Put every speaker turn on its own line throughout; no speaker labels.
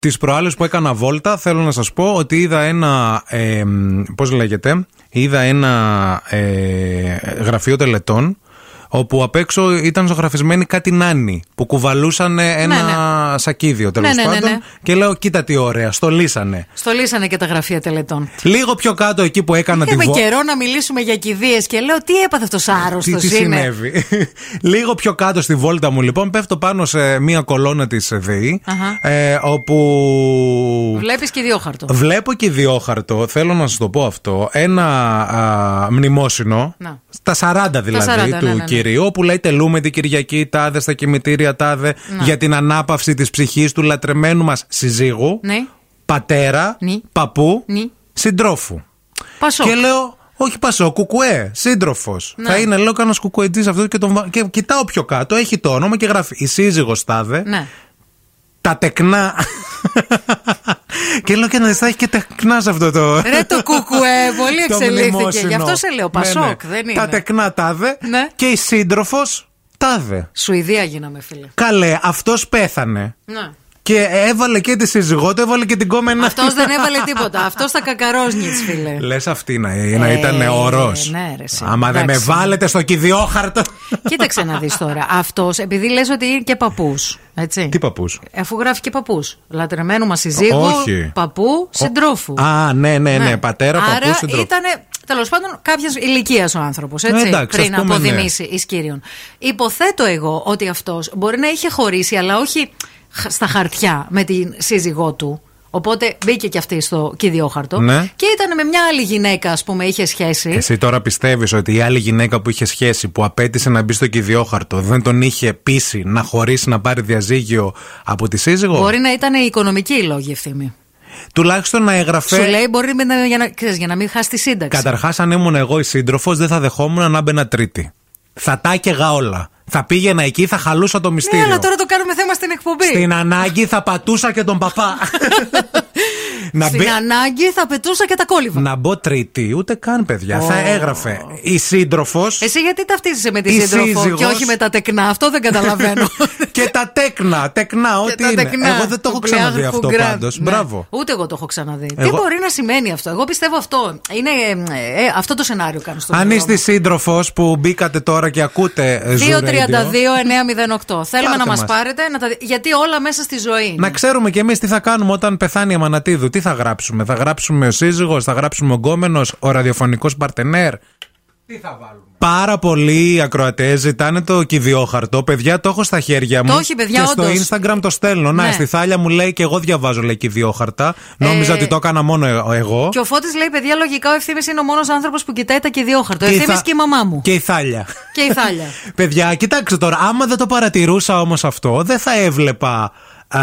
Τις προάλλες που έκανα βόλτα, θέλω να σας πω ότι είδα ένα. Ε, Πώς λέγεται, είδα ένα ε, γραφείο τελετών όπου απ' έξω ήταν ζωγραφισμένοι κάτι νάνι που κουβαλούσαν ένα
Ναι,
σακίδιο τέλος
Ναι, ναι, ναι,
πάντων.
ναι.
Και λέω, κοίτα τι ωραία, στολίσανε.
Στολίσανε και τα γραφεία τελετών.
Λίγο πιο κάτω εκεί που έκανα τη
Είχαμε
βόλτα.
καιρό να μιλήσουμε για κηδείες και λέω τι έπαθε αυτός άρρωστος
Τι, τι
είναι.
συνέβη. Λίγο πιο κάτω στη βόλτα μου, λοιπόν, πέφτω πάνω σε μία κολόνα της ΔΕΗ.
Αχα.
Ε, όπου.
Βλέπεις και διόχαρτο.
Βλέπω και διόχαρτο, θέλω να σας το πω αυτό. Ένα α, μνημόσυνο.
Να.
Στα 40 δηλαδή
40,
του
ναι, ναι, ναι.
κυρίου, που λέει τελούμε την Κυριακή τάδε στα κημητήρια τάδε για την ανάπαυση της ψυχής του λατρεμένου μας συζύγου,
Ναι.
πατέρα,
Νι.
παππού,
Νι.
συντρόφου.
Πασό.
Και λέω, όχι πασό, κουκουέ, σύντροφος.
Ναι.
Θα είναι, λέω, κανένα κουκουετζή αυτό και τον βα- Και κοιτάω πιο κάτω, έχει το όνομα και γράφει η σύζυγος τάδε
Ναι.
τα τεκνά. και λέω και να δεις, θα έχει και τεκνάς σε αυτό το.
Ρε το κουκουέ, πολύ
το
εξελίχθηκε.
μνημόσυνο.
Γι' αυτό σε λέω
Ναι, ναι.
Πασόκ, δεν είναι.
Τα τεκνά τάδε
Ναι.
και η σύντροφος τάδε.
Σουηδία γίναμε, φίλε.
Καλέ, αυτός πέθανε.
Ναι.
Και έβαλε και τη σύζυγό του, έβαλε και την κόμενά.
Αυτός δεν έβαλε τίποτα. Αυτός τα κακαρόσνιτς, φίλε.
Λες αυτή να, να
Ε,
ήταν ορό.
ναι, ρε, εσύ.
Άμα δεν με
Εντάξει.
βάλετε στο κηδιόχαρτο.
Κοίταξε να δεις τώρα. Αυτός, επειδή λες ότι είναι και παππούς. Έτσι.
Τι παππούς.
Αφού γράφει και παππούς. Λατρεμένου μα συζύγου,
Όχι.
παππού, συντρόφου.
Α, ναι, ναι, ναι. Πατέρα, παππού,
Άρα
συντρόφου.
ήταν τέλος πάντων κάποιας ηλικίας ο άνθρωπος.
Ε,
Έτσι.
εντάξει,
πριν
ας πούμε, ναι.
αποδημήσει εις κύριον. Υποθέτω εγώ ότι αυτός μπορεί να είχε χωρίσει, αλλά όχι χ- στα χαρτιά με την σύζυγό του. Οπότε μπήκε και αυτή στο κυδιόχαρτο.
Ναι. Ε,
Και ήταν με μια άλλη γυναίκα, ας πούμε, είχε σχέση.
Εσύ τώρα πιστεύεις ότι η άλλη γυναίκα που είχε σχέση, που απέτησε να μπει στο κυδιόχαρτο, δεν τον είχε πείσει να χωρίσει να πάρει διαζύγιο από τη σύζυγο.
Μπορεί να ήταν οι οικονομικοί οι λόγοι ευθύμη.
Τουλάχιστον να εγγραφέ.
Σου λέει μπορεί με- να- για, να, ξέρεις, για να μην χάσει τη σύνταξη.
Καταρχάς, αν ήμουν εγώ η σύντροφος, δεν θα δεχόμουν να μπαινα τρίτη. Θα τα έκαιγα όλα. Θα πήγαινα εκεί, θα χαλούσα το
Ναι,
μυστήριο.
αλλά τώρα το κάνουμε θέμα στην εκπομπή.
Στην ανάγκη θα πατούσα και τον παπά. να,
Στην
μπει-
ανάγκη θα πετούσα και τα κόλληβα.
να μπω τρίτη, ούτε καν παιδιά. Θα έγραφε η σύντροφος.
Εσύ γιατί ταυτίζεσαι με τη
Η
σύντροφο
σύζυγος-
και όχι με τα τεκνά, αυτό δεν καταλαβαίνω.
και τα τέκνα, τεκνά, ό,τι
τα
είναι.
τεκνά
Εγώ δεν το έχω
του
ξαναδεί
Πλεάρχου
αυτό
Γκραντ.
πάντως.
Ναι.
Μπράβο.
Ούτε εγώ το έχω ξαναδεί. Τι
Εγώ-
μπορεί να σημαίνει αυτό. Εγώ πιστεύω αυτό. Είναι, ε, ε, ε, αυτό το σενάριο κάνω στο
Αν
μυαλό
είστε σύντροφος που μπήκατε τώρα και ακούτε ε, Zoo Radio,
2-32-908. Θέλουμε να
μας.
μας πάρετε, να τα... δι- γιατί όλα μέσα στη ζωή. είναι.
να ξέρουμε κι εμείς τι θα κάνουμε όταν πεθάνει η Αμανατίδου. Τι θα γράψουμε. Θα γράψουμε ο σύζυγος, θα γράψουμε ο γκόμενος, ο ραδιοφωνικός παρτενέρ. Τι θα βάλουμε. Πάρα πολλοί ακροατές ζητάνε το κυδιόχαρτο. Παιδιά, το έχω στα χέρια μου.
Το έχει, παιδιά,
και στο
όντως.
Instagram το στέλνω. Να,
Ναι.
στη θάλια μου λέει και εγώ διαβάζω λέει κυδιόχαρτα. Νόμιζα
Ε,
ότι το έκανα μόνο ε- εγώ.
Και ο Φώτης λέει: Παιδιά, λογικά ο ευθύνη είναι ο μόνος άνθρωπος που κοιτάει τα κυδιόχαρτα. Ο
η
ευθύνη
Θα-
και η μαμά μου.
Και η Θάλια.
Και η Θάλια.
Παιδιά, κοιτάξτε τώρα, άμα δεν το παρατηρούσα όμως αυτό, δεν θα έβλεπα α,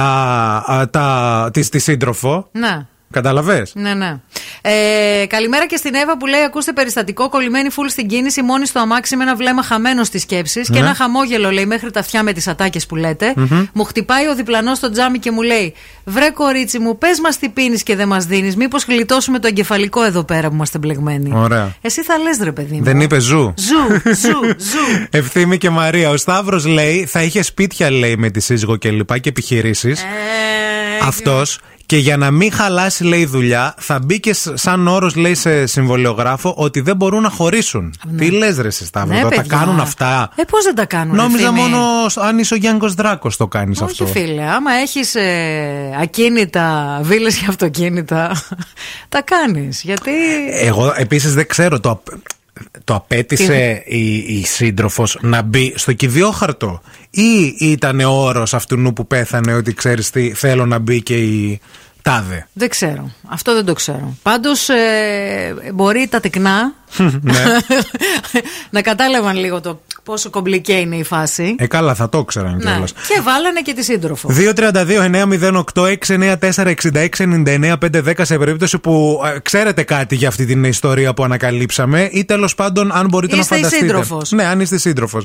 α, τα, τη, τη σύντροφο.
Ναι.
Καταλαβες.
Ναι, ναι. Ε, καλημέρα και στην Εύα που λέει: Ακούστε περιστατικό, κολλημένη φουλ στην κίνηση, μόνη στο αμάξι με ένα βλέμμα χαμένο στις σκέψεις
Ναι.
και ένα χαμόγελο, λέει, μέχρι τα αυτιά με τις ατάκες που λετε Μου χτυπάει ο διπλανός στο τζάμι και μου λέει: Βρε κορίτσι μου, πες μας τι πίνεις και δεν μας δίνεις. Μήπως γλιτώσουμε το εγκεφαλικό εδώ πέρα που είμαστε μπλεγμένοι.
Ωραία.
Εσύ θα λες, ρε παιδί μου.
Δεν είπε ζου.
Ζου, ζου, ζου.
Ευθύμη και Μαρία. Ο Σταύρος λέει θα είχε σπίτια, λέει, με τη σύζυγο και λοιπά και επιχειρήσεις.
Ε,
Αυτός. Και για να μην χαλάσει, λέει, η δουλειά, θα μπει και σ- σαν όρος, λέει, σε συμβολιογράφο ότι δεν μπορούν να χωρίσουν. Τι λες, Ρε εσύ, Σταύρο,
ναι,
τώρα τα
παιδιά.
κάνουν αυτά.
Ε, πώς δεν τα κάνουν,
Νόμιζα
Ευθύμη.
μόνο σ- αν είσαι ο Γιάνγκος Δράκος το κάνεις αυτό.
Όχι, φίλε. Άμα έχεις ακίνητα, βίλες και αυτοκίνητα, τα κάνεις. Γιατί.
Εγώ επίσης δεν ξέρω το. απ- Το απέτησε η, η σύντροφος να μπει στο κυδιόχαρτο, ή ήταν όρος αυτού που πέθανε ότι ξέρεις τι, θέλω να μπει και η τάδε.
Δεν ξέρω. Αυτό δεν το ξέρω. Πάντως μπορεί τα τεκνά
Ναι.
να κατάλαβαν λίγο το πόσο κομπλικέ είναι η φάση.
Ε, καλά, θα το ήξεραν
Ναι.
κιόλας.
Και βάλανε και τη σύντροφο.
232-908-694-6699-510 σε περίπτωση που ε, ξέρετε κάτι για αυτή την ιστορία που ανακαλύψαμε ή τέλος πάντων αν μπορείτε
Είστε η
να φανταστείτε.
σύντροφος.
Ναι, αν είστε σύντροφος.